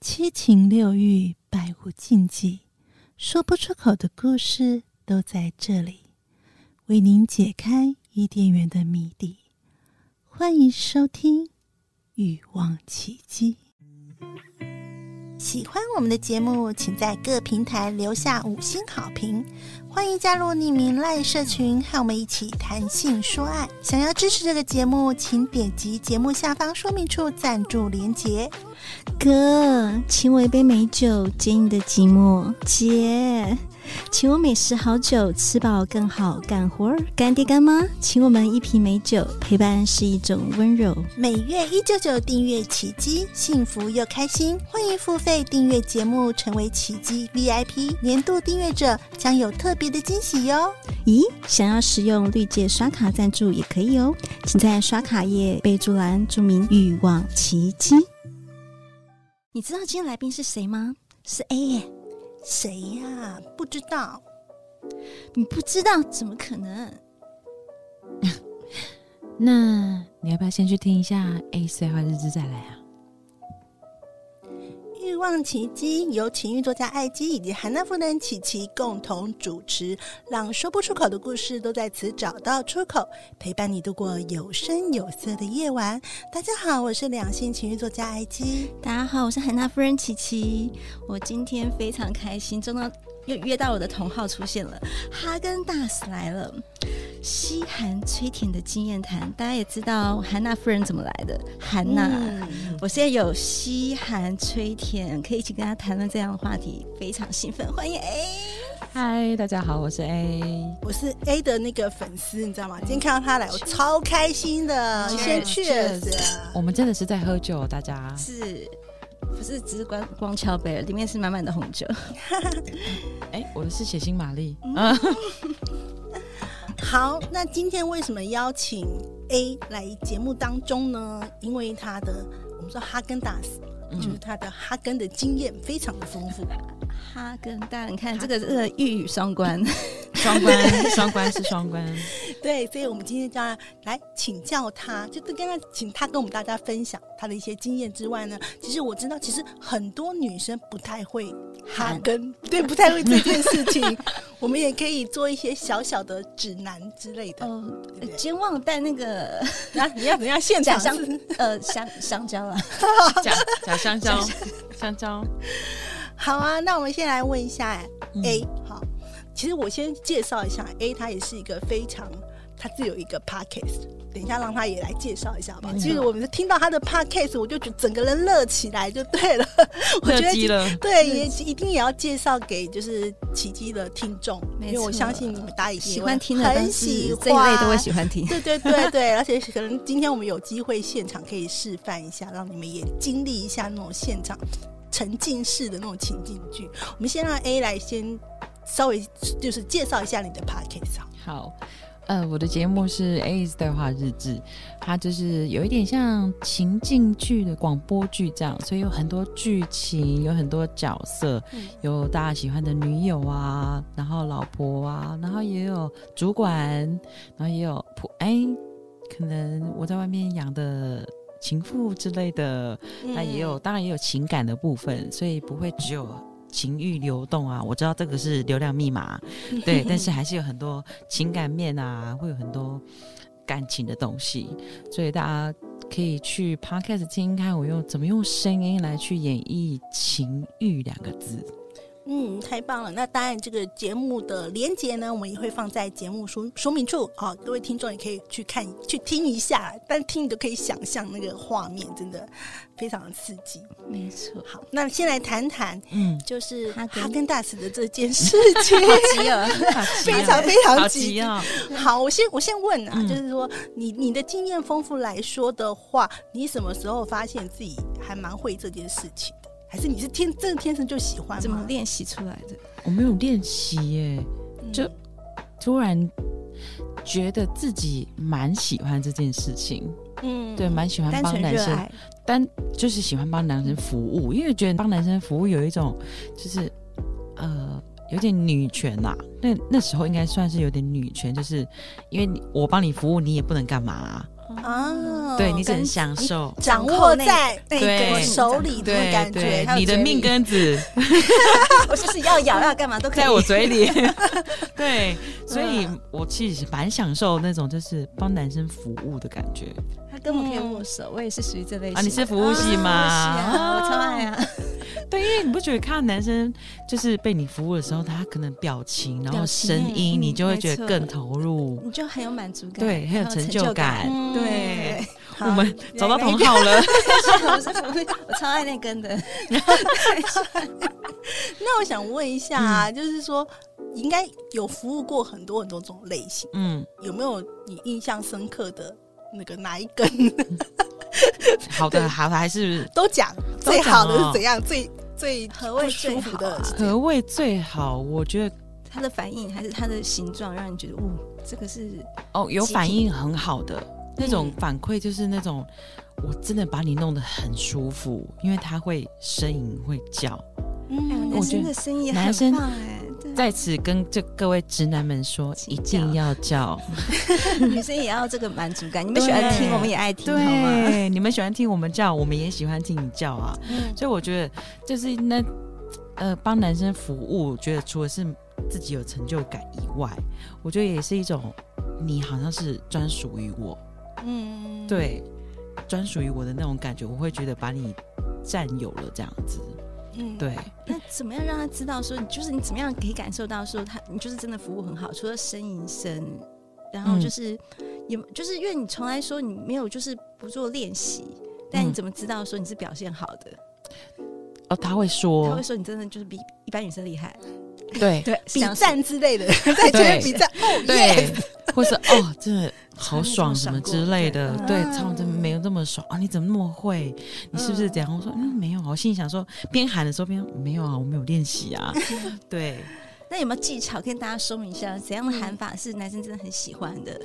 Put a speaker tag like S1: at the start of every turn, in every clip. S1: 七情六欲，百无禁忌，说不出口的故事都在这里，为您解开伊甸园的谜底。欢迎收听《欲望奇迹》。喜欢我们的节目，请在各平台留下五星好评。欢迎加入匿名赖社群，和我们一起谈性说爱。想要支持这个节目，请点击节目下方说明处赞助连结。
S2: 哥，请我一杯美酒，解你的寂寞。姐，请我美食好酒，吃饱更好干活儿。干爹干妈，请我们一瓶美酒，陪伴是一种温柔。
S1: 每月一九九订阅奇迹，幸福又开心。欢迎付费订阅节目，成为奇迹 VIP 年度订阅者，将有特别的惊喜哟。
S2: 咦，想要使用绿界刷卡赞助也可以哦，请在刷卡页备注栏注明“欲望奇迹”。你知道今天来宾是谁吗？是 A 耶，
S1: 谁呀、不知道，
S2: 你不知道怎么可能？
S3: 那你要不要先去听一下 A 碎花日志再来啊？
S1: 《欲望奇迹》由情欲作家艾姬以及韩娜夫人琪琪共同主持，让说不出口的故事都在此找到出口，陪伴你度过有声有色的夜晚。大家好，我是两性情欲作家艾姬。
S2: 大家好，我是海娜夫人琪琪。我今天非常开心，终于又约到我的同号出现了，哈根达斯来了。西韩吹甜的经验谈，大家也知道韩娜夫人怎么来的。韩娜，
S1: 嗯
S2: 我现在有西韩吹甜，可以一起跟她谈论这样的话题，非常兴奋。欢迎 A，
S3: 嗨，大家好，我是 A。
S1: 我是 A 的那个粉丝，你知道吗？今天看到他来，我超开心的，
S3: Cheers，
S1: 先
S3: cheers
S1: cheers 啊。
S3: 我们真的是在喝酒，哦大家
S2: 是不是只是光光敲杯了？里面是满满的红酒。
S3: 哎、我的是血腥玛丽，啊
S1: 好，那今天为什么邀请 A 来节目当中呢？因为他的我们说哈根达斯，就是他的哈根的经验非常的丰富。
S2: 哈根达斯，你看这个这个一语双关。
S3: 双关，双关是双 关。
S1: 对，所以我们今天就要来请教他，就是跟他请他跟我们大家分享他的一些经验之外呢，其实我知道，其实很多女生不太会哈
S2: 韩
S1: 根，对，不太会这件事情， 我们也可以做一些小小的指南之类的。
S2: 哦，
S1: 对
S2: 呃
S1: 不对
S2: 今天忘了带那个
S1: 啊，你要怎样现场
S2: 假象
S1: 是
S2: 呃香香蕉了。
S3: 假假香蕉，香蕉。
S1: 好啊，那我们先来问一下
S3: 嗯
S1: A，、好，其实我先介绍一下 A，他也是一个非常，他自己有一个 podcast，等一下让他也来介绍一下吧。
S3: 嗯
S1: 其实我们听到他的 podcast，我就觉得整个人乐起来就对了，我觉
S3: 乐
S1: 得
S3: 基了，
S2: 嗯
S1: 对，也一定也要介绍给就是奇迹的听众，因
S2: 没
S1: 为我
S2: 错
S1: 相信你们大家一定
S2: 喜
S1: 也
S2: 欢
S1: 会
S2: 听的，但
S1: 很
S2: 是
S1: 喜欢
S2: 这一类都会喜欢听。
S1: 对对对对，而且可能今天我们有机会现场可以示范一下，让你们也经历一下那种现场沉浸式的那种情境剧。我们先让 A 来先稍微就是介绍一下你的 podcast 好。
S3: 好，呃，我的节目是《A s 对话日志》，它就是有一点像情境剧的广播剧这样，所以有很多剧情，有很多角色，
S1: 嗯
S3: 有大家喜欢的女友啊，然后老婆啊，然后也有主管，然后也有仆哎，可能我在外面养的。情妇之类的，那也
S1: 嗯
S3: 有，当然也有情感的部分，所以不会只有情欲流动啊。我知道这个是流量密码，对，但是还是有很多情感面啊，会有很多感情的东西，所以大家可以去 podcast 听听看我用怎么用声音来去演绎“情欲”两个字。
S1: 嗯，太棒了。那当然，这个节目的连接呢，我们也会放在节目说说明处啊、各位听众也可以去看、去听一下，但听你都可以想象那个画面，真的非常的刺激。
S2: 没错，
S1: 好，那先来谈谈
S3: 嗯，
S1: 就是
S2: 哈
S1: 哈
S2: 根
S1: 根达斯的这件事情，
S2: 吉尔，
S1: 非常非
S3: 啊哎好
S1: 常
S3: 急
S1: 急。
S3: 啊！
S1: 好，我先我先问啊，
S3: 嗯
S1: 就是说你你的经验丰富来说的话，你什么时候发现自己还蛮会这件事情的？还是你是天真的天生就喜欢吗？
S2: 怎么练习出来的？
S3: 我没有练习耶，
S1: 嗯
S3: 就突然觉得自己蛮喜欢这件事情，
S1: 嗯
S3: 对，蛮喜欢
S2: 单
S3: 帮
S2: 纯
S3: 男
S2: 热
S3: 生
S2: 爱，
S3: 但就是喜欢帮男生服务，因为觉得帮男生服务有一种就是呃有点女权呐、
S2: 哦
S3: 那那时候应该算是有点女权，就是因为你我帮你服务，你也不能干嘛啊、
S1: 啊，
S3: 对你只能享受。
S1: 掌握在
S2: 那
S3: 对
S2: 个
S1: 手里的
S3: 对
S1: 感
S3: 对
S1: 觉，，
S3: 你的命根子
S2: 我就是要咬要干嘛都可以。
S3: 在我嘴里， 对，所以我其实蛮享受那种就是帮男生服务的感觉
S2: 他根本可以握手，我也是属于这类型的。
S3: 啊。你是服务系吗？
S2: 啊是啊，我超爱啊！
S3: 对，因为你不觉得看男生就是被你服务的时候，他可能表情，然后
S2: 表情
S3: 声音，
S2: 嗯
S3: 你就会觉得
S2: 没错
S3: 更投入。
S2: 你就很有满足感，
S3: 对很有成
S2: 成
S3: 就感
S2: 嗯
S3: 对
S2: 对
S3: 我们找到
S2: 原来
S3: 同好了，
S2: 我是服务， 我超爱那根 的。
S1: 那我想问一下、啊，
S3: 嗯
S1: 就是说，应该有服务过很多很多种类型，
S3: 嗯，
S1: 有没有你印象深刻的那个哪一根
S3: 好的，好的，还是
S1: 都讲？
S3: 都
S1: 最
S3: 讲
S1: 好的
S3: 哦
S1: 是怎样？最最
S2: 何谓
S1: 不舒
S2: 最
S1: 服
S2: 好
S1: 的
S2: 啊
S1: 是
S3: 何谓最好？我觉得
S2: 它的反应还是它的形状，让你觉得，哦，这个是
S3: 哦，有
S2: 集体
S3: 反应很好的那种
S2: 嗯
S3: 反馈，就是那种我真的把你弄得很舒服，因为他会呻吟会叫。
S1: 嗯
S2: 男
S3: 我觉
S2: 生
S3: 得
S2: 的声音也
S3: 男生
S2: 很棒哎，对
S3: 在此跟这各位直男们说，
S2: 请
S3: 一
S2: 叫
S3: 定要叫。
S2: 女生也要这个满足感。你们喜欢听，
S3: 对
S2: 我们也爱听，好吗？
S3: 对，你们喜欢听我们叫，我们也喜欢听你叫啊。
S1: 嗯
S3: 所以我觉得就是那呃，帮男生服务，我觉得除了是自己有成就感以外，我觉得也是一种你好像是专属于我，
S1: 嗯，
S3: 对，专属于我的那种感觉，我会觉得把你占有了这样子，
S1: 嗯，
S3: 对，
S2: 那怎么样让他知道说，就是你怎么样可以感受到说他，你就是真的服务很好，除了呻吟声，然后
S3: 嗯
S2: 就是、也就是因为你从来说你没有就是不做练习，但你
S3: 嗯
S2: 怎么知道说你是表现好的？
S3: 哦，他会
S2: 他
S3: 说
S2: 会，说你真的就是比一般女生厉害，
S3: 对
S2: 对，
S1: 比
S2: 想
S1: 战之类的，在前面比战，哦耶，
S3: 对，或是哦，真的好爽什
S2: 从
S3: 么
S2: 来没有这么爽过
S3: 之类的，对
S1: 对，
S3: 超真没有那么爽啊！你怎么那么会？你是不是这样？我说嗯，没有啊。我心里想说，边喊的时候边没有啊，我没有练习 啊，对。
S2: 那有没有技巧跟大家说明一下，怎样的喊法是男生真的很喜欢的？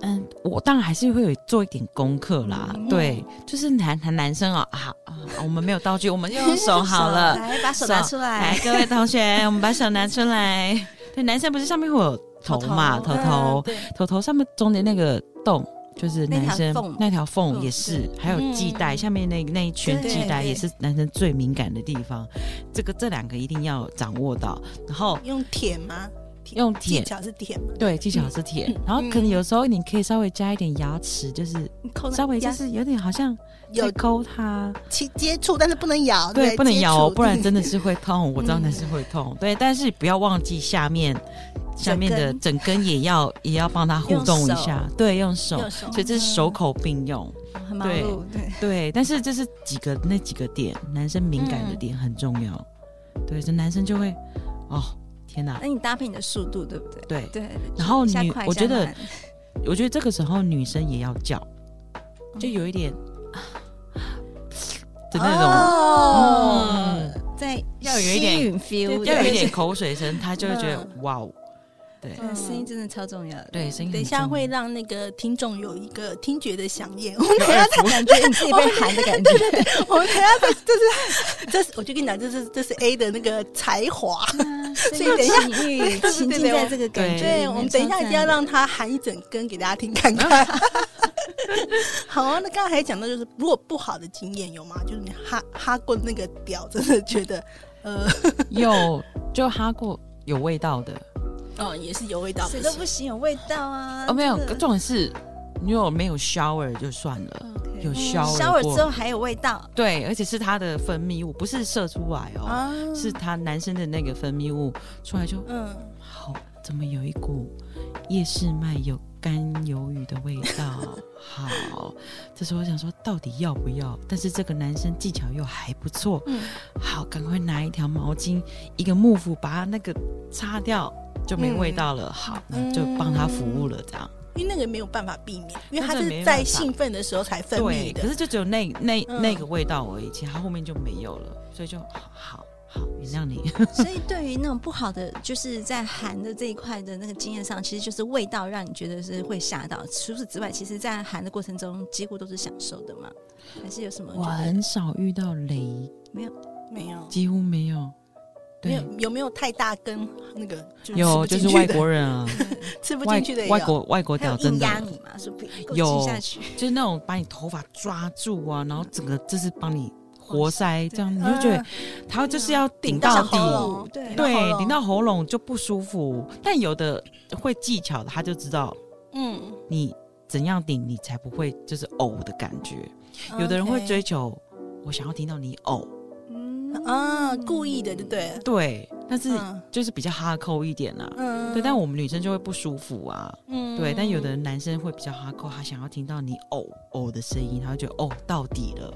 S3: 嗯，我当然还是会有做一点功课啦。
S2: 嗯
S3: 对，就是男男男生啊啊啊，我们没有道具，我们就用手好了。
S2: 来把手拿
S3: 手
S2: 出来
S3: 来，，各位同学，我们把手拿出来。对，男生不是上面会有头嘛，
S2: 头
S3: 头
S2: 嗯
S3: 头
S1: 对，
S3: 头头上面中间那个洞。就是男生
S2: 那条缝
S3: 那条缝
S2: 缝
S3: 也是
S2: 对，
S3: 还有系带、
S1: 嗯
S3: 下面那那一圈
S2: 对
S3: 系带
S2: 对
S3: 也是男生最敏感的地方，这个这两个一定要掌握到。然后
S1: 用舔吗？舔
S3: 用
S1: 技
S3: 舔，
S1: 巧是舔吗？
S3: 对技巧是舔，
S1: 嗯
S3: 然后可能有时候你可以稍微加一点牙齿，就是
S2: 你扣那
S3: 稍微就
S2: 压
S3: 是有点好像在
S1: 有
S3: 勾它，
S1: 其接触，但是不能咬，
S3: 对，
S1: 对，
S3: 不能
S1: 接
S3: 咬哦，
S1: 触
S3: 不然真的是会痛。我知道
S1: 嗯
S3: 那是会痛，对，但是不要忘记下面下面的
S2: 整
S3: 整根也要也要帮它互
S2: 用
S3: 动一
S2: 手
S3: 下，对，用手。
S2: 右手
S3: 所以这是手口并用，
S1: 哦
S2: 很忙碌，对，
S3: 对，但是这是几个那几个点，男生敏感的
S1: 嗯
S3: 点很重要，对，这男生就会，哦，天哪
S2: 那，你搭配你的速度，对不对？
S3: 对，
S2: 对，
S3: 然后
S2: 一下
S3: 女
S2: 快，
S3: 我觉
S2: 一下
S3: 得
S2: 慢
S3: 我觉得这个时候女生也要叫，就有一点啊的那种，
S1: 哦，
S3: 嗯，
S2: 在
S3: 要有一点
S2: 吸吮 feel，
S3: 要有
S2: 对
S3: 一点口水声，他就会觉得
S1: 嗯
S3: 哇哦，对
S2: 对声音真的超重要的。
S3: 对，声音很
S1: 等一下
S3: 重
S1: 会
S3: 要
S1: 让那个听众有一个听觉的响应。
S3: 有耳福，
S2: 感觉你自己被喊的 感觉，
S1: 我们等一下这这是 这是，我就跟你讲，这是这是 A 的那个才华。
S2: 所
S1: 以等一下
S2: 情欲
S1: 对
S2: 沉浸
S1: 对
S2: 在这个感觉里面。
S3: 对
S1: 对，我们等一下一定要让他喊一整根给大家听看 看。好啊，那刚才还讲到就是，如果不好的经验有吗？就是你哈哈过那个屌，真的觉得呃，
S3: 有就哈过有味道的
S1: 哦，也是有味道，
S2: 谁都不行，有味道啊！
S3: 哦，没有
S2: 这，个
S3: 重点是你有没有 shower 就算了，
S2: OK
S3: 有
S2: 嗯
S3: shower
S2: 烧了
S3: 过
S2: 之后还有味道，
S3: 对，而且是他的分泌物，不是射出来哦，
S1: 啊，
S3: 是他男生的那个分泌物出来就
S1: 嗯，
S3: 好，怎么有一股夜市卖有干鱿鱼的味道？好，这时候我想说到底要不要？但是这个男生技巧又还不错，
S1: 嗯
S3: 好，赶快拿一条毛巾，一个幕布把它那个擦掉。就
S1: 嗯
S3: 没味道了，好，那就帮他服务了，这样、
S1: 因为那个没有办法避免，因为他
S3: 那这没
S1: 是
S3: 办
S1: 在
S3: 法
S1: 兴奋的时候才分
S3: 对。
S1: 泌
S3: 可
S1: 的。
S3: 是就只有那那、
S1: 嗯
S3: 那个味道而已，其他后面就没有了，所以就好好好原谅你。
S2: 所以对于那种不好的，就是在含的这一块的那个经验上，其实就是味道让你觉得是会吓到。除此之外，其实，在含的过程中，几乎都是享受的嘛。还是有什么？
S3: 我很少遇到雷，
S1: 没有，
S3: 几乎没有。
S1: 没有
S3: 对，
S1: 有没有太大根那个就是
S3: 有
S1: 吃不进
S3: 就是
S1: 去
S3: 外
S1: 的
S3: 国人啊，
S1: 吃不
S3: 外
S1: 进去的也有
S3: 外国外国
S2: 还有
S3: 屌真
S2: 硬
S3: 的
S2: 压你嘛，说不给
S3: 有
S2: 我吃下去，
S3: 就是那种把你头发抓住啊，然后整个就是帮你活塞这样，你
S2: 对
S3: 就觉得
S1: 嗯
S3: 他就是要顶
S1: 到
S3: 到
S1: 小喉
S3: 底，
S1: 咙
S2: 对
S1: 到喉
S3: 对，
S1: 咙
S3: 顶到喉咙就不舒服。但有的会技巧的，他就知道
S1: 嗯，
S3: 你怎样顶，你才不会就是呕的感觉。有的人会
S1: OK
S3: 追求，我想要听到你呕，
S2: 嗯
S1: 啊，故意的就对了，
S3: 对，但是
S1: 嗯
S3: 就是比较哈扣一点啦、
S1: 嗯
S3: 对，但我们女生就会不舒服啊。
S1: 嗯
S3: 对，但有的男生会比较哈扣，他想要听到你哦哦的声音，他会觉得哦到底了。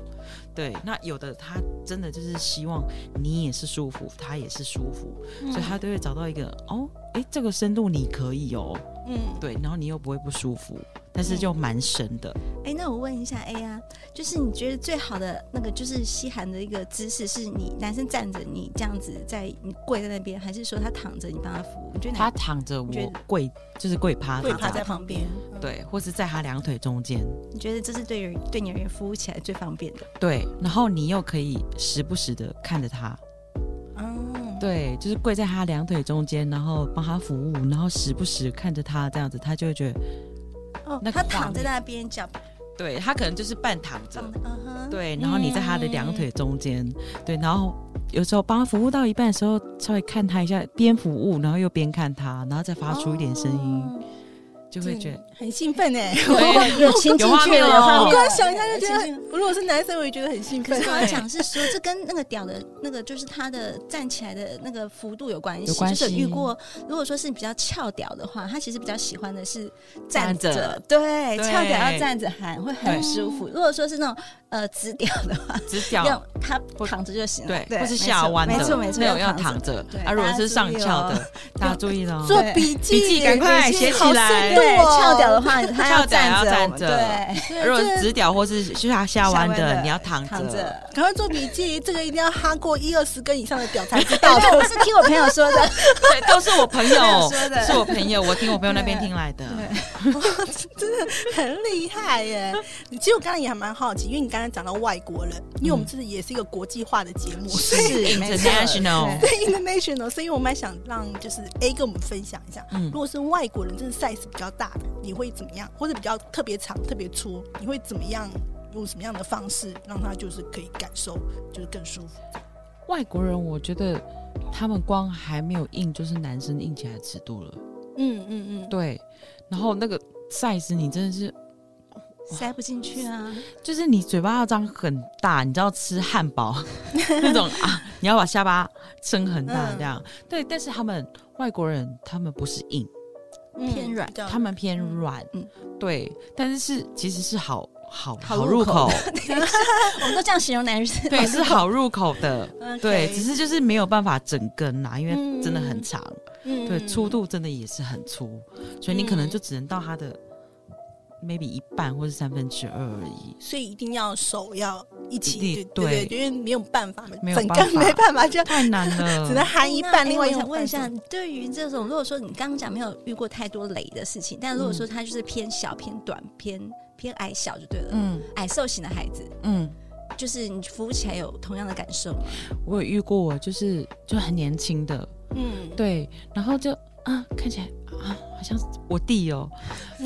S3: 对，那有的他真的就是希望你也是舒服，他也是舒服，
S1: 嗯
S3: 所以他都会找到一个哦，哎，这个深度你可以哦，
S1: 嗯
S3: 对，然后你又不会不舒服，但是就蛮深的。
S2: 哎，那我问一下 A 啊，就是你觉得最好的那个就是吸寒的一个姿势，是你男生站着，你这样子在你跪在那边，还是说他躺着你帮他扶？你觉得
S3: 他
S2: 哪
S3: 躺着
S2: 你觉
S3: 我
S2: 得
S3: 跪，就是跪趴，
S1: 跪趴在旁边，
S3: 对，或是在他两腿中间，
S2: 你觉得这是对人对你而言服务起来最方便的？
S3: 对，然后你又可以时不时的看着他，
S1: 嗯，
S3: 对，就是跪在他两腿中间，然后帮他服务，然后时不时看着他这样子，他就会觉得，
S2: 哦
S3: 那个
S2: 他
S3: 画
S2: 躺在
S3: 面
S2: 那边，脚
S3: 对他可能就是半躺着
S2: 放，的，嗯哼，
S3: 对，然后你在他的两腿中间，对，然后有时候帮他服务到一半的时候，稍微看他一下，边服务然后又边看他，然后再发出一点声音，
S1: 哦
S3: 就会觉得
S1: 很兴奋哎。
S3: 对
S2: 有亲
S3: 有画面
S1: 我
S3: 哦对
S1: 光想一下就觉得很，如果是男生，我也觉得很兴
S2: 可
S1: 奋
S2: 是。我要
S3: 对
S2: 讲是说，这跟那个屌的那个就是他的站起来的那个幅度有关系。
S3: 有关系
S2: 就是有遇过，如果说是比较翘屌的话，他其实比较喜欢的是站
S3: 站着
S2: 对，
S3: 对
S2: 翘屌要站着喊会很
S3: 对
S2: 舒服。如果说是那种呃直屌的话，
S3: 直
S2: 要
S3: 角。
S2: 他
S3: 或
S2: 躺着就行了
S3: 对，，或是下弯的，
S2: 没错没错，
S3: 那种要
S2: 躺
S3: 躺
S2: 着。
S3: 着
S2: 对。
S3: 啊，如果是上翘
S2: 大家注意
S3: 的，大家注意了哦。
S1: 做笔
S3: 笔记赶快写起来
S1: 好深
S2: 对，
S1: 度哦
S2: 翘屌的话，他
S3: 翘屌
S2: 站
S3: 要站
S2: 我们
S3: 着
S2: 对，
S1: 对
S3: 如果
S1: 这
S3: 直角或是下
S2: 下
S3: 下弯
S2: 弯
S3: 的，
S2: 的
S3: 你要躺
S2: 躺
S3: 着。
S2: 着。
S1: 赶快做笔记，这个一定要哈过一二十根以上的屌 才知道
S2: 对，我
S1: 的。
S2: 是听我朋友说 的，
S3: 对，都是我朋 友
S2: 说，的
S3: 是我朋友，我听我朋友那边听来的。
S1: 很厉害耶！其实我刚才也还蛮好奇，因为你刚才讲到外国人，因为我们这也是一个国际化的
S3: 嗯
S1: 节目，所以
S2: 是没错
S3: 哦 International
S2: 对
S1: international，所以我蛮想让就是 A 跟我们分享一下，
S3: 嗯
S1: 如果是外国人，真的 size 比较大的，你会怎么样？或者比较特别长、特别粗，你会怎么样？用什么样的方式让他就是可以感受就是更舒服？
S3: 外国人，我觉得他们光还没有硬，就是男生硬起来的尺度了。
S1: 嗯嗯嗯，
S3: 对，然后那个 size 你真的是，
S2: 塞不进去啊。
S3: 就是你嘴巴要张很大，你知道吃汉 堡那种啊，你要把下巴撑很大
S1: 嗯
S3: 这样。对，但是他们外国人他们不是硬，
S1: 嗯
S2: 偏软
S1: 比较
S3: 他们偏软。
S2: 嗯
S3: 对，但是是其实是好好
S2: 好
S3: 入
S2: 入口
S3: 口，
S2: 我们都这样形容男人是
S3: 对，是好入口的。
S1: OK
S3: 对，只是就是没有办法整根啊啦，因为真的很
S1: 嗯
S3: 长。
S1: 嗯
S3: 对，粗度真的也是很粗，所以你可能就只能到它的 maybe 一半或是三分之二而已。
S1: 所以一定要手要一
S3: 一
S1: 起，
S3: 定
S1: 对
S3: 对
S1: 因为没有办法嘛，
S3: 没有
S1: 整
S3: 办
S1: 根
S3: 法嗯
S1: 没办法，就
S3: 太难了，
S1: 只能含一半，
S2: 那
S1: 另外
S2: 哎
S1: 一
S2: 我想
S1: 半
S2: 问一下，对于这种如果说你刚刚讲没有遇过太多雷的事情，但如果说他就是偏小、偏短、偏偏矮小就对了，
S3: 嗯
S2: 矮瘦型的孩子，
S3: 嗯，
S2: 就是你服务起来有同样的感受吗？
S3: 我有遇过，就是就很年轻的，
S1: 嗯，
S3: 对，然后就啊看起来啊好像是我弟 哦，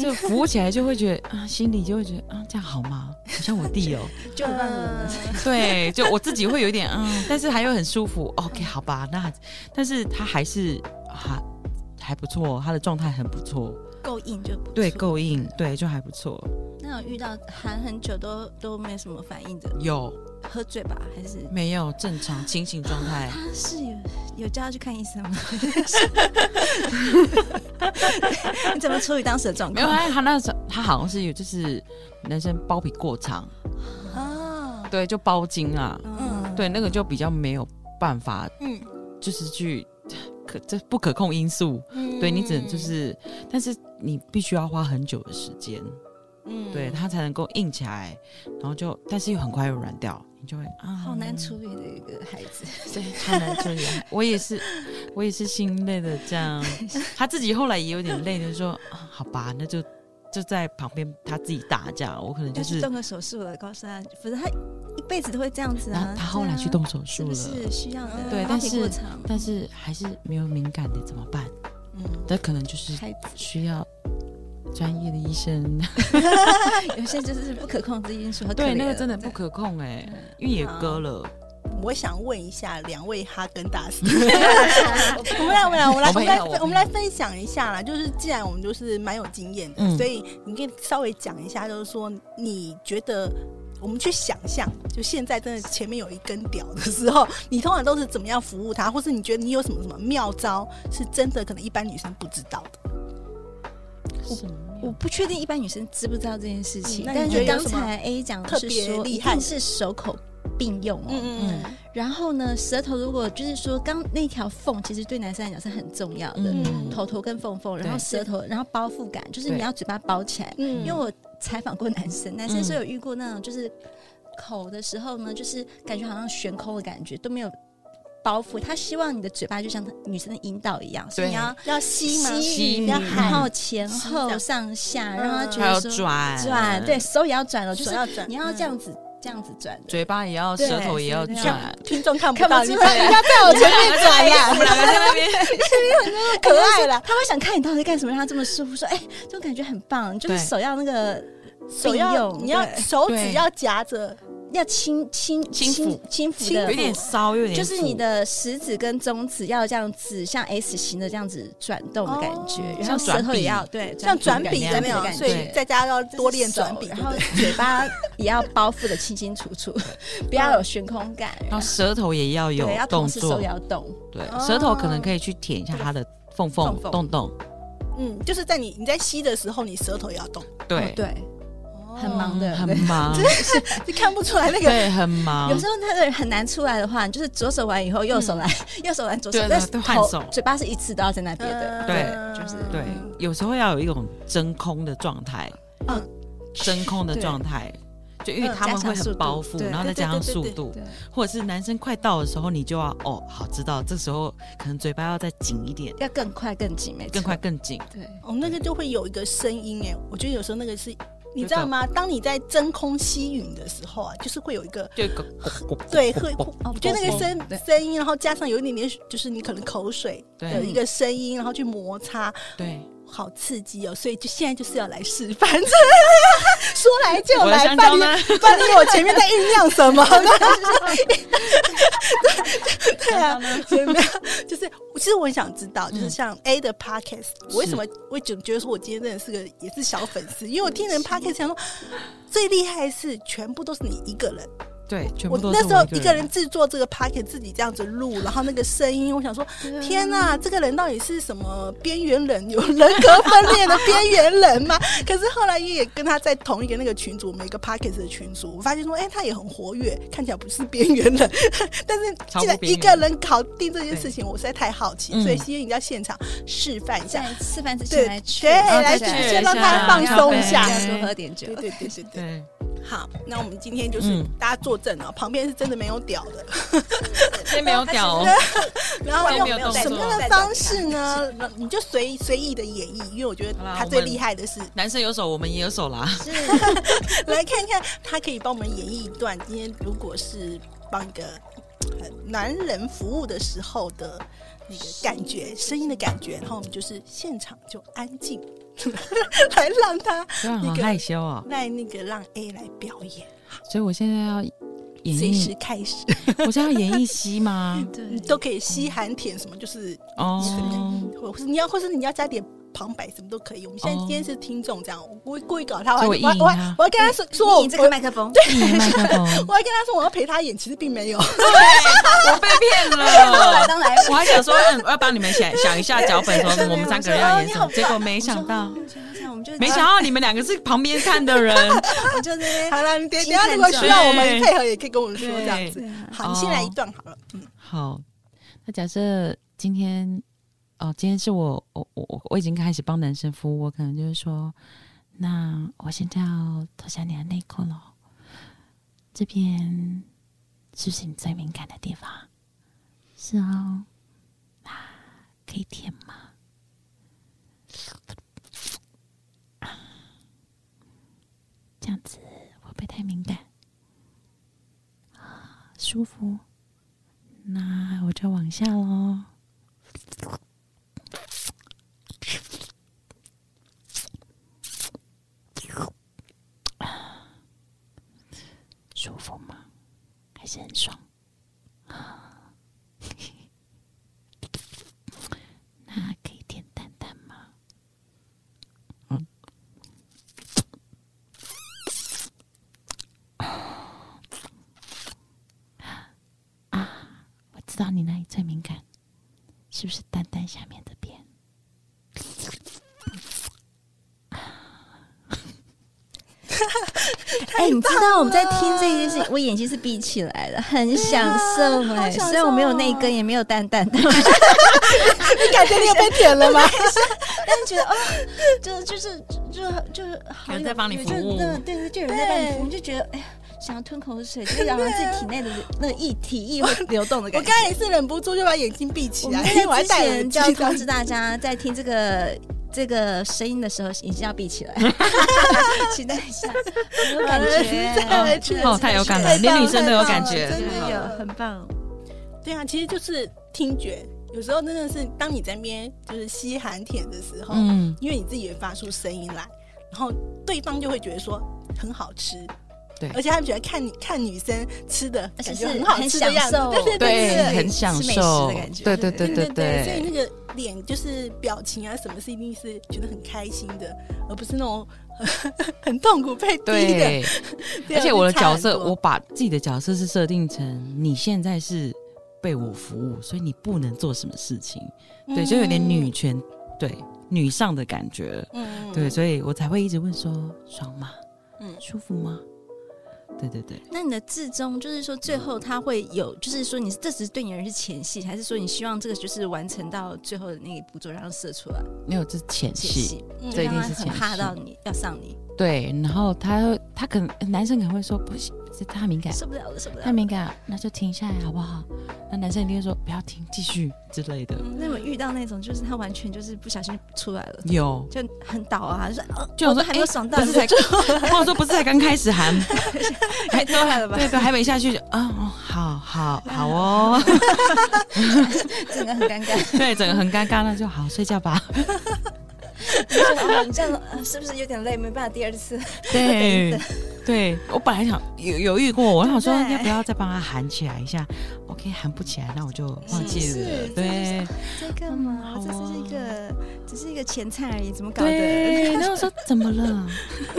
S3: 就服务起来就会觉得啊心里就会觉得啊这样好吗？好像我 弟哦，
S2: 就让人
S3: 对，就我自己会有一点嗯，但是还又很舒服。OK，好吧，那但是他还是啊还还不错，他的状态很不错。
S2: 够硬就不错
S3: 对，。够硬，对，就还不错。
S2: 那有遇到含很久都都没什么反应的，
S3: 有
S2: 喝醉吧？还是
S3: 没有正常清醒状 态？
S2: 他是有有叫他去看医 生吗？你怎么处理当时的状
S3: 没有，啊
S2: 况？
S3: 他他那时候他好像是有，就是男生包皮过长，
S1: 啊，
S3: 对，就包茎啊，
S2: 哦嗯，
S3: 对，那个就比较没有办法，
S1: 嗯
S3: 就是去可这不可控因素，
S1: 嗯
S3: 对你只能就是，但是你必须要花很久的时间，
S1: 嗯
S3: 对他才能够硬起来，然后就但是又很快又软掉，你就会啊，
S2: 好难处理的一个孩子。
S3: 对，他们就也，啊我也是，我也是心累的这样。他自己后来也有点累，就说啊，好吧，那就就在旁边他自己打架，我可能就
S2: 要去
S3: 是
S2: 动个手术了，告诉他，不是他一辈子都会这样子
S3: 然
S2: 啊
S3: 后。他后来去
S2: 对啊
S3: 动手术了，
S2: 是不是需要的？
S3: 对
S2: 发
S3: 但
S2: 情
S3: 是
S2: 过长
S3: 但是还是没有敏感的怎么办？
S1: 嗯，
S3: 那可能就是
S2: 孩子
S3: 需要专业的医生。
S2: 哎有些就是不可控制因素，好可
S3: 对，
S2: 怜哦
S3: 那个真的
S2: 对
S3: 不可控哎、因为也割了，
S1: 我想问一下两位哈根达 斯，啊我们来，我们来，我们来，我
S3: 我
S1: 们
S3: 们要
S1: 来，我
S3: 我
S1: 们
S3: 们
S1: 来分享一下啦。就是既然我们就是蛮有经验的，
S3: 嗯
S1: 所以你可以稍微讲一下，就是说你觉得。我们去想象，就现在真的前面有一根屌的时候，你通常都是怎么样服务他，或是你觉得你有什么什么妙招，是真的可能一般女生不知道的。
S3: 什么
S2: 我不确定一般女生知不知道这件事
S1: 嗯
S2: 情，
S1: 那你
S2: 但
S1: 觉得
S2: 是
S1: 有
S2: 刚
S1: 什么
S2: 才 A 讲
S1: 特
S2: 是
S1: 别
S2: 说
S1: 厉
S2: 一
S1: 害
S2: 定是手口并用哦。
S1: 嗯
S2: 然后呢，舌头如果就是说刚那条缝，其实对男生来讲是很重要的，
S1: 嗯
S2: 头头跟缝缝，然后
S3: 对
S2: 舌头，然后包覆感，就是
S3: 对
S2: 你要嘴巴包起来。
S1: 嗯
S2: 因为我采访过男生，男生是有遇过那种就是口的时候呢，就是感觉好像悬空的感觉都没有包覆，他希望你的嘴巴就像女生的阴道一样，所以你
S3: 对
S2: 要
S1: 要吸吗？
S3: 吸
S1: 要
S3: 嗯
S2: 然
S1: 喊，
S2: 后前后上下，让他觉
S3: 还
S2: 得
S3: 要
S2: 说
S3: 转
S2: 转，对，手也要转了，就
S1: 手
S2: 是
S1: 要转，
S2: 你要这样子这样子转的。
S3: 嘴巴也要，
S2: 对
S3: 舌头也要
S2: 是这样
S3: 转。
S1: 听众嗯看不
S2: 看不
S1: 到，
S2: 出
S1: 你
S2: 来
S1: 不要在我前面转
S3: 我
S1: 啦，
S3: 们两个在那边，
S1: 可爱啦。
S2: 他会想看你到底在干什么，让他这么舒服。说，哎、这种感觉很棒，就是
S3: 对
S2: 手要那个
S1: 手
S2: 并
S1: 要
S2: 用
S1: 你要
S2: 对
S1: 手指
S3: 对
S1: 要夹着，
S2: 要轻轻
S3: 轻抚
S2: 轻抚
S1: 轻
S2: 的，
S1: 抚
S3: 有点骚，有点
S2: 就是
S3: 腐
S2: 你的食指跟中指要这样子，像 S 型的这样子转动的感觉，
S1: 哦
S2: 然后
S3: 嗯像
S2: 舌
S3: 转
S2: 头
S3: 笔
S2: 也要对，
S1: 像转
S2: 笔
S1: 笔
S2: 那
S1: 的
S2: 样
S1: 那种，
S2: 子感
S1: 所以
S2: 觉。
S1: 在家要多练
S2: 手
S1: 转笔，
S2: 然后
S1: 对不对
S2: 嘴巴也要包覆的清清楚楚， 不要有悬空感，
S3: 然后舌头也要有
S2: 对，要
S3: 动
S2: 同时手
S3: 作
S2: 也，要动，
S3: 对
S1: 哦，
S3: 舌头可能可以去舔一下它的缝缝
S2: 缝缝
S3: 洞洞，
S1: 嗯，就是在你你在吸的时候，你舌头也要动，
S2: 哦
S3: 对，
S2: 对，
S1: 哦
S2: 很忙的
S3: 嗯很
S2: 对
S3: 忙，
S1: 就看不出来那个。
S3: 对，很忙
S2: 有。时候那个很难出来的话，你就是左手完以后，右手来， 右手来左手
S3: 嗯对，
S2: 但
S3: 对
S2: 是
S3: 对换
S2: 头
S3: 手
S2: 嘴巴是一直都要在那边的。
S1: 嗯
S3: 对
S2: 就是
S3: 对，有时候要有一种真空的状态，
S1: 嗯
S3: 真空的状态，就因为
S2: 嗯
S3: 他们
S2: 加上
S3: 会
S2: 速
S3: 很
S2: 度
S3: 包覆，
S2: 对
S3: 然后再
S1: 对对
S3: 加上
S1: 对
S3: 速
S1: 对
S3: 度，
S2: 对，
S3: 或者是男生快到的时候，你就要哦，好知道，这时候可能嘴巴要再紧一点，
S2: 要更快更紧，没错
S3: 更快。更紧，
S2: 对，
S1: 哦，那个就会有一个声音哎，我觉得有时候那个是，你知道吗？当你在真空吸吮的时候啊，就是会有一个。
S3: 就一个
S1: 对，会，
S2: 哦
S1: 我觉得那个声
S2: 对
S1: 声音，然后加上有一点点，就是你可能口水的
S3: 对
S1: 一个声音，然后去摩擦，
S3: 对，
S1: 好刺激哦！所以就现在就是要来示范， 说来就
S3: 我的
S1: 来，
S3: 香
S1: 半
S3: 蕉
S1: 天
S3: 呢？
S1: 半天我前面在酝酿什么？ 对啊，前面 就是，其实我很想知道，
S3: 嗯
S1: 就是像 A 的 podcast，、我为什么会总觉得说我今天真的是个也是小粉丝？因为我听人 podcast 想说，最厉害是全部都是你一个人。
S3: 对，全
S1: 我
S3: 部都是
S1: 那时候
S3: 一
S1: 一个人制作这个 podcast，自己这样子录，然后那个声音，我想说，天呐，
S3: 嗯
S1: 这个人到底是什么边缘人？有人格分裂的边缘人吗？ 可是后来也跟他在同一个那个群组，每个 podcast 的群组，我发现说，哎、他也很活跃，看起来不是边缘人， 但是既
S3: 超乎
S1: 然
S3: 边
S1: 一
S3: 缘
S1: 个人搞定这件事情，我实在太好奇，
S3: 嗯
S1: 所以希望你在现场示范一下。
S2: 在吃饭之
S1: 对
S2: 前来去，
S1: 对
S2: 然后
S1: 来
S2: 再
S1: 去
S2: 来
S1: 先让
S3: 一
S1: 他
S3: 啊下
S1: 放
S2: 要
S1: 松
S2: 不
S1: 一
S2: 然
S1: 下
S2: 要多喝点酒
S1: 对。对对对对，
S3: 对，
S1: 好，那我们今天就是
S3: 嗯
S1: 大家作证啊，旁边是真的没有屌的，
S3: 这没有屌哦，
S1: 然后
S3: 完全没有动作
S1: 什么样的方式呢？ 你就随随意的演绎，因为我觉得
S3: 好啦
S1: 他
S3: 我
S1: 最
S3: 们
S1: 厉害的是，
S3: 男生有手，我们也有手啦，
S2: 是
S1: 来看看他可以帮我们演绎一段。今天如果是帮一个呃男人服务的时候的那个感觉，声音的感觉，然后我们就是现场就安静， 来让他
S3: 这样好
S1: 一个
S3: 害羞哦，
S1: 来那个让 A 来表演，
S3: 所以我现在要演嗯
S1: 随 时
S3: 绎，
S1: 开始，
S3: 我现在要演绎 吸吗？
S1: 你
S2: 对，
S1: 都可以吸含舔什么，就是呃
S3: 哦，
S1: 或或是你要，或是你要加点旁白什么都可以。我们现在
S3: 哦
S1: 今天是听众这样，我故意故意搞他，我还
S3: 所以
S1: 我
S3: 我
S1: 还
S3: 意淫啊
S1: 我还
S3: 他
S1: 我还跟他说说我
S2: 你这个
S1: 我
S2: 麦克 风，
S3: 意淫麦克风，
S1: 我还跟他说我要陪他演，其实并没有。
S3: 我被骗 了。
S2: 当然，
S3: 我还想说，嗯，我要帮你们想想一下脚 本，说嗯我们三个人
S2: 哦
S3: 要演什么，
S1: 对对对
S3: 结果没想到，
S2: 我想想，我们就
S3: 没想，到你们两个是旁边看 的人，
S2: 我们就这
S1: 好了，你等等一
S2: 心
S1: 下
S2: 善
S1: 如果需要
S3: 对
S1: 我们配合，也可以跟我们说这样子
S2: 对。啊
S1: 好，你先来一段好了。嗯，
S3: 好，那假设今天，哦，今天是我，我我我我已经开始帮男生服务，我可能就是说，那我现在要脱下你的内裤了，这边是不是你最敏感的地方？是哦，那可以舔吗？这样子会不会太敏感？舒服，那啊我就往下喽。舒服吗？还是很爽。 那可以点蛋蛋吗？嗯啊我知道你那里最敏感，是不是蛋蛋下面这边？
S2: 哎、你知道我们在听这件事情，我眼睛是闭起来的，很享受
S1: 对啊
S2: 哎、
S1: 好享
S2: 虽然我没有那一
S1: 受哦
S2: 根，也没有蛋蛋， 但是
S1: 你感觉你有被舔了吗？
S2: 觉得哦， 就就是就就是好
S3: 有人
S2: 有
S3: 在帮你
S2: 有
S3: 服
S2: 就
S3: 务
S2: 对对，就有人在帮你服务，
S1: 对
S2: 你就觉得哎呀，想要吞口水，就然后自己体内的那个液体 液会流动的
S1: 我
S2: 感觉。
S1: 刚才也是忍不住就把眼睛闭起
S2: 我
S1: 来
S2: 们，
S1: 因为我还
S2: 在之
S1: 戴耳
S2: 前
S1: 机
S2: 就要
S1: 这样
S2: 通知大家，在听这个这个声音的时候，眼睛要闭起来， 期待一 下，很有感
S1: 好
S2: 觉
S1: 有趣
S3: 哦，太有感了，
S1: 太棒
S3: 连女生都有
S1: 太棒
S3: 感
S1: 了
S3: 觉。
S1: 真的
S2: 有很棒。
S1: 对啊，其实就是听觉，有时候真的是当你在那边就是吸含舔的时候，
S2: 哦
S3: 嗯，
S1: 因为你自己也发出声音来，然后对方就会觉得说很好吃，
S3: 对
S1: 而且他们觉得看你看女生吃的
S2: 而且
S1: 感觉
S2: 是
S1: 很好
S2: 很
S1: 吃的
S2: 享
S1: 样子，
S2: 受
S1: 对对
S3: 对，
S1: 对
S3: 很享
S2: 是美食
S3: 受
S2: 的感觉
S3: 对对
S2: 对
S3: 对
S1: 对
S3: 对
S1: 所以那个脸就是表情啊，什么是一定是觉得很开心的，而不是那种 很痛苦被逼的。
S3: 对，而且我的角色，我
S1: 我
S3: 把自己的角色是设定成你现在是被我服务，所以你不能做什么事情，
S1: 嗯
S3: 对，就有点女，权，对，女上的感觉，
S1: 嗯
S3: 对，所以我才会一直问说爽吗？
S1: 嗯
S3: 舒服吗？对对对，
S2: 那你的至终就是说，最后他会有，就是说你这只是对你而言是前戏，还是说你希望这个就是完成到最后的那一步骤，然后射出来
S3: 没有这是前
S2: 前
S3: 戏，
S2: 戏，
S1: 嗯
S3: 这一定是
S2: 很
S3: 前
S2: 怕
S3: 戏
S2: 到你要上你，
S3: 对，然后他他可能男生可能会说不行，这太敏感，
S2: 受不了了，受不了
S3: 太
S2: 了。
S3: 敏感，那就停下来好不好？那男生一定会说不要停，继续之类
S1: 嗯
S3: 的。
S2: 那我遇到那种就是他完全就是不小心出来了，
S3: 有，
S2: 就很倒啊，就说哦，
S3: 就我
S2: 我
S3: 说
S2: 都
S3: 哎
S2: 还没有爽到，
S3: 不是才，我说不是才刚开始喊，
S2: 太厉害了吧？
S3: 对对，还没下去就啊、哦，好好好哦，
S2: 真的很尴 尬。
S3: 对，整个很尴尬，那就好睡觉吧。
S2: 就觉得哦你这样呃是不是有点累？没办法，第二次。
S3: 对，对我本来想有犹豫过，我想说
S2: 对
S3: 要不要再帮他喊起来一下，OK，喊不起来，那我就忘记
S1: 是
S3: 了
S1: 是，
S3: 对
S2: 这个嘛，
S3: 嗯
S2: 这
S3: 好
S2: 只
S3: 哦
S2: 是一个，只是一个前菜而已，怎么搞的？
S3: 对，然后我说怎么了？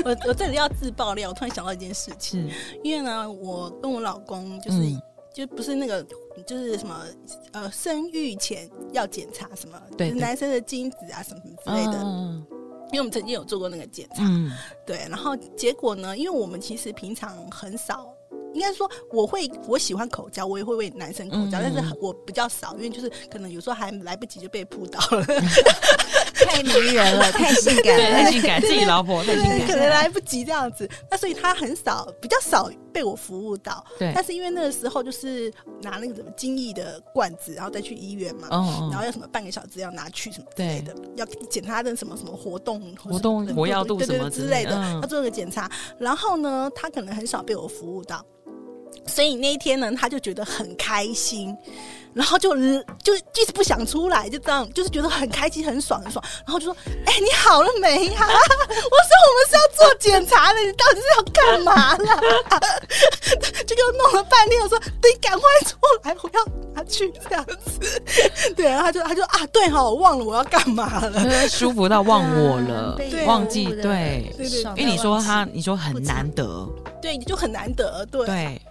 S1: 我我这里要自爆料，我突然想到一件事情，
S3: 是，
S1: 因为呢，我跟我老公就是、
S3: 嗯，
S1: 就不是那个就是什么呃生育前要检查什么，
S3: 对
S1: 就是
S3: 对
S1: 男生的精子啊什么什么之类的，
S3: 嗯
S1: 因为我们曾经有做过那个检查，
S3: 嗯，
S1: 对，然后结果呢，因为我们其实平常很少。应该说，我会我喜欢口交，我也会为男生口交，
S3: 嗯
S1: 但是很我比较少，因为就是可能有时候还来不及就被扑倒了，
S2: 太迷人了，太性感
S3: 对，
S2: 了。
S3: 太性感，自己老婆太性
S1: 对，
S3: 感，
S1: 可能来不及这样子。那所以他很少，比较少被我服务到。
S3: 对
S1: 但，是因为那个时候就是拿那个什么精液的罐子，然后再去医院嘛，
S3: 嗯
S1: 然后
S3: 嗯，
S1: 要什么半个小时要拿去什么之类的，要检查他的什么什么活动或是
S3: 活动活跃度
S1: 对对
S3: 什么
S1: 之类的，
S3: 之类的
S1: 要
S3: 嗯
S1: 做个检查。然后呢，他可能很少被我服务到，所以那一天呢，他就觉得很开心。然后就就就是不想出来，就这样，就是觉得很开心、很爽、很爽。然后就说：“哎、你好了没呀、 我说：“我们是要做检查的，你到底是要干嘛啦？” 就给我弄了半天，我说：“你赶快出来，我要拿去这样子。” 对，然后他就他就啊，对哈、我忘了我要干嘛了。
S3: 就是舒服到忘我了
S2: 被，
S1: 对
S3: 忘记
S2: 服务的
S3: 对。
S1: 对对
S2: 爽到
S3: 因为你说
S2: 忘记
S3: 他，你说很难得，
S1: 对，就很难得，对，
S3: 对，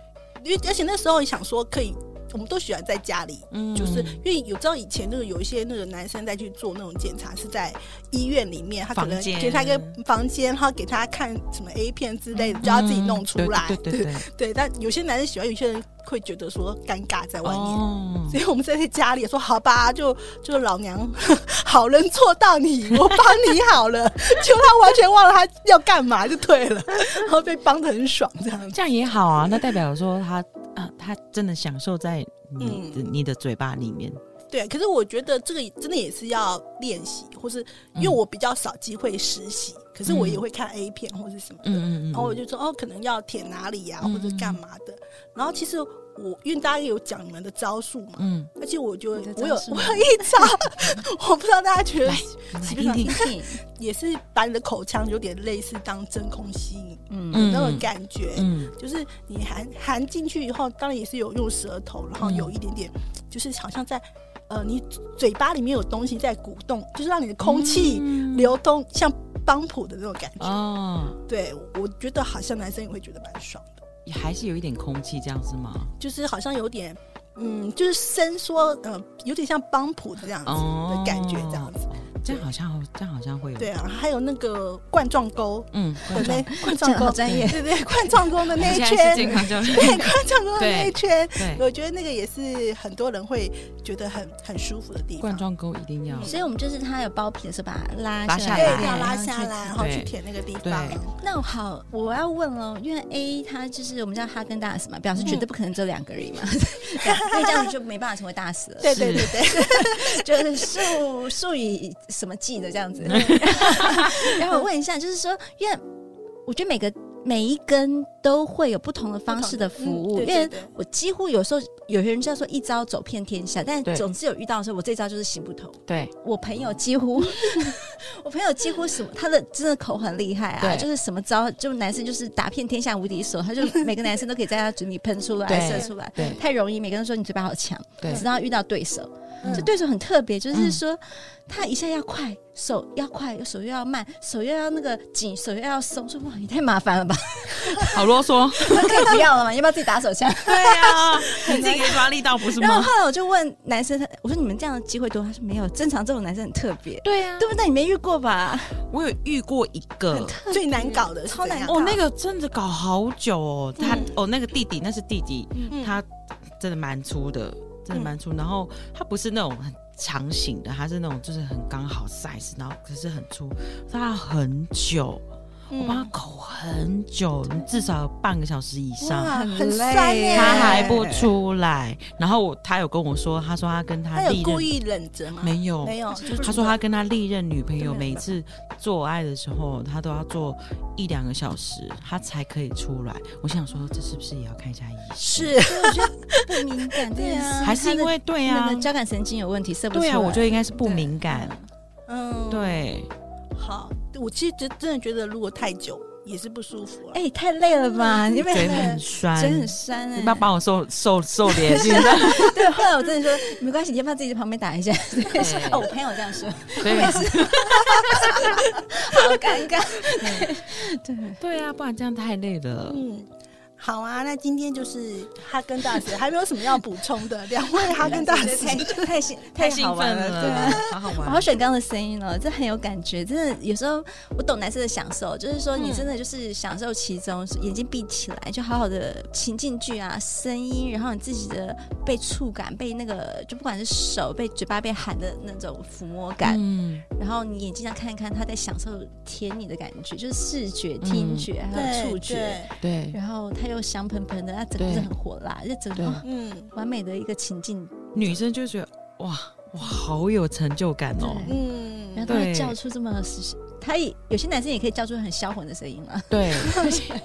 S1: 因为而且那时候想说可以，我们都喜欢在家里。
S3: 嗯
S1: 就是因为有知道以前那个有一些那个男生在去做那种检查是在医院里面，他可能
S3: 房间
S1: 给他一个房间，然后给他看什么 A 片之类的，就要自己弄出来。
S3: 嗯对对对对，
S1: 对但有些男生喜欢，有些人会觉得说尴尬在外面。
S3: 哦
S1: 所以我们在家里说好吧，就就老娘好人做到你，我帮你好了。 结果他完全忘了他要干嘛就对了，然后被帮的很爽这样子。
S3: 这样也好啊，那代表说他啊，他真的享受在你的、你的嘴巴里面，
S1: 嗯对，可是我觉得这个真的也是要练习，或是因
S3: 嗯
S1: 为我比较少机会实习，可是我也会看 A 片或是什么的。
S3: 嗯嗯嗯，
S1: 哦然后我就说哦，可能要舔哪里呀、
S3: 嗯
S1: 或者干嘛的。然后其实我因为大家有讲你们的招数嘛，
S3: 嗯，
S1: 而且我就
S2: 你的
S1: 我有
S2: 招数
S1: 我有一招， 我不知道大家觉得
S3: 来
S1: 基本
S3: 听
S1: 上
S3: 听。
S1: 也是把你的口腔有点类似当真空吸引
S2: 嗯
S3: 嗯
S1: 那种感觉，
S3: 嗯
S1: 就是你含含进去以后，当然也是有用舌头，然后
S3: 嗯
S1: 有一点点，就是好像在呃你嘴巴里面有东西在鼓动，就是让你的空气
S3: 嗯
S1: 流通，像邦普的那种感觉。
S3: 哦，
S1: 对，我觉得好像男生也会觉得蛮爽的，
S3: 还是有一点空气这样是吗？
S1: 就是好像有点嗯，就是伸缩，呃，有点像邦普的这样子
S3: 哦
S1: 的感觉，这样子。，
S3: 这样好像这样好像会有
S1: 对啊，还有那个冠状 沟。
S3: 嗯，
S1: 的那冠
S2: 这
S1: 状
S2: 样好
S1: 沟，
S2: 专业
S1: 对对，冠状沟的那一
S3: 现在
S1: 圈
S3: 是健，康教育，
S1: 对，冠状沟的那一
S3: 对
S1: 圈，
S3: 对，
S1: 我觉得那个也是很多人会觉得很很舒服的地
S3: 冠
S1: 方。
S3: 状沟一定要
S2: 所以我们就是它有包皮的时候把它拉
S3: 拉
S1: 对，
S3: 下来
S1: 一定要拉
S2: 去
S1: 下来，然后去
S3: 对
S1: 舔那个地方。
S3: 对
S2: 那好，我要问了，因为 A 它就是我们叫哈根达斯嘛，表示绝对不可能只有两个 人嘛，因为这样子就没办法成为大使了，
S1: 对对
S3: 是
S1: 对对，
S2: 就是术术语什么技的这样子。
S3: 嗯
S2: 然后我问一下，就是说，因为我觉得每个每一根都会有不同的方式的服务，
S1: 嗯对
S2: 因
S1: 对
S2: 为
S1: 对
S2: 我几乎有时候有些人叫说一招走遍天下，但
S3: 对
S2: 总之有遇到的时候，我这招就是行不通。
S3: 对
S2: 我朋友几 乎， 我朋友几乎什么，他的真的口很厉害啊，
S3: 对
S2: 就是什么招，就男生就是打遍天下无敌手，他就每个男生都可以在他嘴里喷出来、
S3: 对
S2: 射出来，
S3: 对
S2: 太容易，每个人说你嘴巴好强，
S3: 对
S2: 直到遇到对手，
S1: 嗯
S2: 这对手很特别，就是
S3: 嗯
S2: 说他一下要快，手要快，手又要慢，手又要那个紧，手又要松，说哇，你太麻烦了 吧，
S3: 好啰 嗦，
S2: 可以不要了吗？要不要自己打手枪？
S3: 对啊， 你自己给抓力道不是
S2: 然后
S3: 吗？
S2: 后来我就问男生，我说你们这样的机会多吗？他说没有，正常这种男生很特别，
S3: 对啊
S2: 对不对？你没遇过吧？
S3: 我有遇过一个，
S1: 最难搞的是
S2: 超
S1: 怎
S2: 难
S1: 样
S2: 搞
S3: 哦，那个真的搞好久哦，他哦那个弟弟那是弟弟，
S1: 嗯
S3: 他真的蛮粗的，真的蛮粗。然后他不是那种很长型的，他是那种就是很刚好 size，然后可是很粗。他很久，
S1: 嗯
S3: 我帮他口很久，至少有半个小时以上，
S1: 哇，
S2: 很欸
S1: 很
S2: 累
S1: 酸耶！
S3: 他还不出来。然后我他有跟我说，他说他跟他
S1: 他有
S3: 历
S1: 故
S3: 任
S1: 意忍着吗？
S3: 没有
S1: 没有，就是
S3: 他说他跟他历任女朋
S1: 真的
S3: 友
S1: 没办
S3: 每
S1: 法
S3: 次做爱的时候，他都要做一两个小时，他才可以出来。我想说，这是不是也要看一下医生？
S1: 是
S2: 不敏感这件
S1: 对
S2: 事，
S1: 啊
S3: 还是因为对
S2: 他
S3: 呀、
S2: 的交感神经有问题，射不出
S3: 对
S2: 来。
S3: 啊，我觉得应该是不敏感。
S1: 嗯，，
S3: 对，
S1: 好，我其实真真的觉得如果太久也是不舒服啊。
S2: 哎、太累了吧？因为
S3: 嗯嘴很酸，
S2: 嘴很酸哎、
S3: 你不要把我瘦瘦瘦脸，现在
S2: 对，后来我真的说没关系，你要不要自己在旁边打一下？对，哦， 我朋友这样说，
S3: 对
S2: 好尴尬。对，
S3: 对啊，不然这样太累了。
S1: 嗯，好啊，那今天就是哈根达斯，还没有什么要补充的，两位哈根达斯。
S2: 太太兴
S3: 太
S2: 好
S3: 兴
S2: 玩
S3: 奋
S2: 对啊。
S3: 了，好好
S2: 我
S3: 玩
S2: 好。选刚刚的声音哦，这很有感觉，真的有时候我懂男生的享受，就是说你
S3: 嗯
S2: 真的就是享受其中，眼睛闭起来就好好的情境剧啊，声音，然后你自己的被触感，被那个就不管是手被嘴巴被喊的那种抚摸感，
S3: 嗯，
S2: 然后你眼睛上看一看他在享受舔你的感觉，就是视觉、听觉、还有触觉，
S1: 对，
S3: 对，
S2: 然后他又香喷喷的，他整个
S3: 对
S2: 人很火辣，就整个
S3: 对
S2: 哦
S1: 嗯
S2: 完美的一个情境，
S3: 女生就觉得哇，我好有成就感哦。
S2: 对
S1: 嗯，
S2: 然后他会
S3: 对
S2: 叫出这么实。他也有些男生也可以叫出很销魂的声音了。
S3: 对，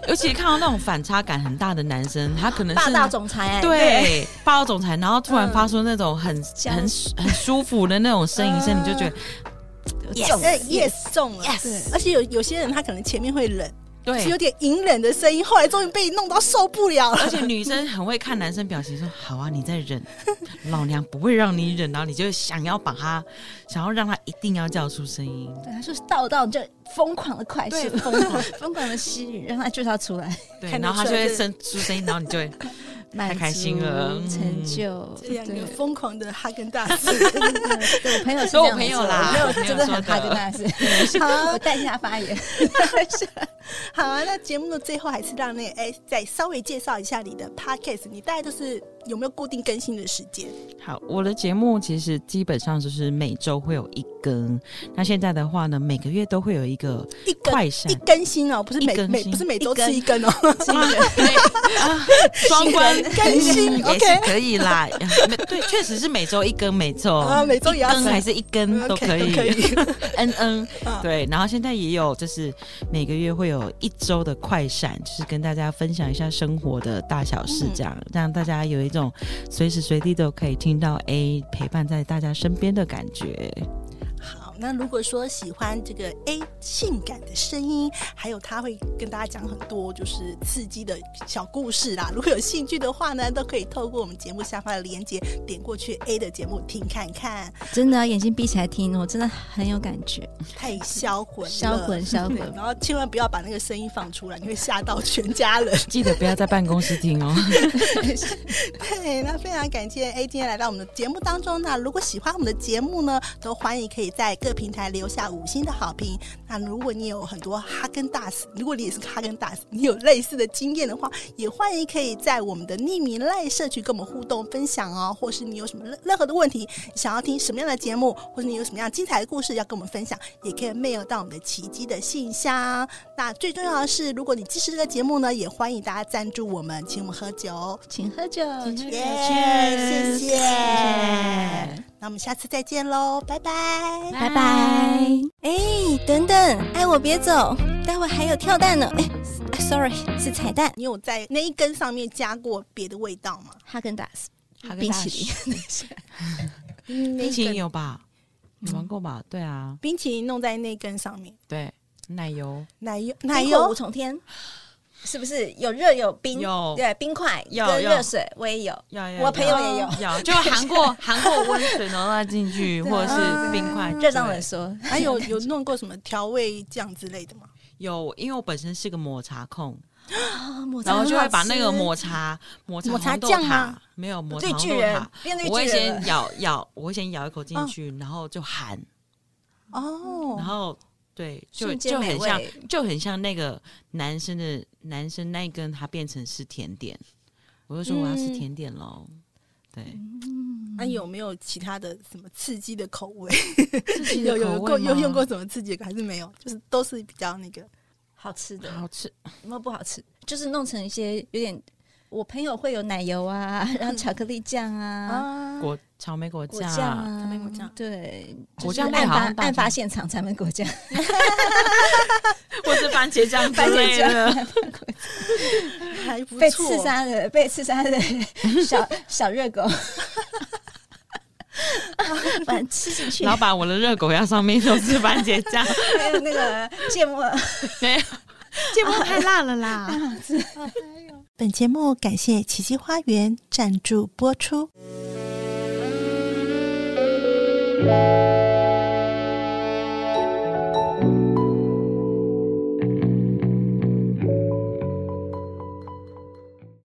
S3: 尤其看到那种反差感很大的男生，他可能
S2: 霸
S3: 是
S2: 道总裁、哎，
S3: 对，霸道总裁，然后突然
S1: 嗯
S3: 发出那种很
S2: 娇
S3: 很很舒服的那种呻吟声，你就觉
S1: 嗯
S3: 得
S2: 对
S1: ，yes
S2: 中
S1: yes 中呃
S2: 了
S1: 了
S2: Yes
S1: 对而且有有些人他可能前面会忍，
S3: 对
S1: 是有点隐忍的声音，后来终于被弄到受不了 了。
S3: 而且女生很会看男生表情，说：“好啊，你再忍，老娘不会让你忍。”然后你就想要把他，想要让他一定要叫出声音。
S2: 对，他说到到就疯狂的快
S3: 对
S2: 速，疯狂 疯狂的吸吮，让他就是要出 来，
S3: 对，
S1: 看得
S3: 然后他
S1: 出
S3: 就
S1: 来
S3: 会
S1: 这
S3: 生出声音，然后你就 会
S2: 满
S3: 开
S2: 足
S3: 心了嗯
S2: 成就。
S1: 这两个
S2: 对
S1: 疯狂的哈根达斯，
S2: 真的对我朋友是
S3: 所
S2: 这
S3: 以我
S2: 样
S3: 朋友
S2: 说的
S3: 啦
S2: 我
S3: 我
S2: 朋友
S3: 朋友
S2: 真的很
S3: 说
S2: 怕
S3: 的
S2: 跟他 是，好，我代替他发言。
S1: 好啊。那节目的最后还是让那个哎，再稍微介绍一下你的 podcast，你大概都是有没有固定更新的时间？
S3: 好。我的节目其实基本上就是每周会有一更，那现在的话呢，每个月都会有一个
S1: 一根
S3: 快闪
S1: 一。更新哦，不是
S3: 一
S1: 每
S3: 更
S1: 每
S3: 新
S1: 不是每周
S2: 一根
S1: 吃一根哦，
S3: 啊对啊，双关
S1: 更新
S3: 哎也是
S1: OK
S3: 可以啦。 没对，确实是每周一更，没错。
S1: 啊， 每周也要
S3: 更还
S1: 吃。
S3: 哦是一根 都
S1: OK，
S3: 可以
S1: 都可以
S3: 嗯嗯
S1: 啊，
S3: 对。然后现在也有，就是每个月会有有一周的快闪，就是跟大家分享一下生活的大小事，这样、让大家有一种随时随地都可以听到 A 陪伴在大家身边的感觉。
S1: 好，那如果说喜欢这个 A 性感的声音，还有他会跟大家讲很多就是刺激的小故事啦。如果有兴趣的话呢，都可以透过我们节目下方的链接点过去 A 的节目听看看，
S2: 真的啊、眼睛闭起来听，我真的很有感觉，
S1: 太销魂了，
S2: 销魂销
S1: 对
S2: 魂。
S1: 然后千万不要把那个声音放出来，你会吓到全家人。
S3: 记得不要在办公室听哦。
S1: 对，那非常感谢 A 今天来到我们的节目当中。那如果喜欢我们的节目呢，都欢迎可以在各平台留下五星的好评。那如果你有很多哈根达斯，如果你也是哈根达斯，你有类似的经验的话，也欢迎可以在我们的匿名赖社区跟我们互动分享哦，或是你有什么任任何的问题，想要听什么样的节目，或是你有什么样精彩的故事要跟我们分享，也可以 mail 到我们的奇迹的信箱。那最重要的是，如果你支持这个节目呢，也欢迎大家赞助我们，请我们喝酒哦。
S2: 请喝酒，
S3: 喝
S1: 耶、
S3: Cheers
S1: 谢谢，那我们下次再见喽，拜拜，
S2: 拜拜。哎，等等，爱我别走，待会还有跳蛋呢。哎啊，sorry，是彩蛋。
S1: 你有在那一根上面加过别的味道吗？
S2: 哈根达斯
S3: 哈根
S2: 冰
S3: 达斯
S2: 淇淋，
S3: 冰
S1: 冰
S3: 淇淋有吧？你玩过吧？对啊，
S1: 冰淇淋弄在那根上面，
S3: 对，奶油
S1: 奶油奶
S3: 哎
S2: 冰火
S1: 油
S2: 五重天，是不是有热有冰？
S3: 有
S2: 对，冰块
S3: 有
S2: 跟
S3: 有
S2: 热水我也有，
S3: 要要
S2: 我朋友也有。
S3: 有，就韩国韩国温水然后让它进去，
S2: 对嗯
S3: 或者是冰块。
S2: 热胀冷缩，
S1: 还有有弄过什么调味酱之类的吗？
S3: 有，因为我本身是个抹茶控，
S2: 啊抹茶
S3: 然后就会
S2: 很好
S3: 把
S2: 吃
S3: 那个抹茶抹茶
S1: 抹茶
S3: 红豆
S1: 酱
S3: 塔
S1: 吗
S3: 没有抹茶
S2: 对
S3: 红
S2: 巨
S3: 豆
S2: 人
S3: 塔，
S2: 变对
S3: 我会
S2: 巨人
S3: 先
S2: 了，
S3: 咬咬，我会先咬一口进
S1: 嗯
S3: 去，然后就含，然
S1: 哦，
S3: 后对，就
S2: 瞬间
S3: 就
S2: 美
S3: 很
S2: 味
S3: 像，就很像那个男生的男生那一根，它变成是甜点，我就说我要吃
S1: 嗯
S3: 甜点喽。对，
S2: 嗯
S1: 那、有没有其他的什么刺激的口味？
S3: 自己 的
S1: 有有有
S3: 口
S1: 过
S3: 味
S1: 有
S3: 吗
S1: 用过什么刺激的口味还是没有？就是都是比较那个
S2: 好吃的，
S3: 好吃，
S2: 有没有不好吃？就是弄成一些有点，我朋友会有奶油啊， 然后巧克力酱啊。
S1: 啊
S3: 果草莓果
S2: 果
S3: 哦酱
S2: 酱
S3: 啊，
S2: 啊，
S1: 草莓果酱
S2: 对，
S3: 果
S2: 就是
S3: 酱类
S2: 案
S3: 好像
S2: 发
S3: 大
S2: 案
S3: 家
S2: 发现场才能果酱，
S3: 或是番茄酱之
S2: 番
S3: 类
S2: 茄酱
S3: 的。
S1: 还不错，
S2: 被刺杀的被刺杀的小小热 狗， 把它吃进去，
S3: 老板，我的热狗要上面都是番茄 酱，
S2: 还有那个芥末，
S3: 没有，芥末太辣了啦。
S1: 本节目感谢奇迹花园赞助播出。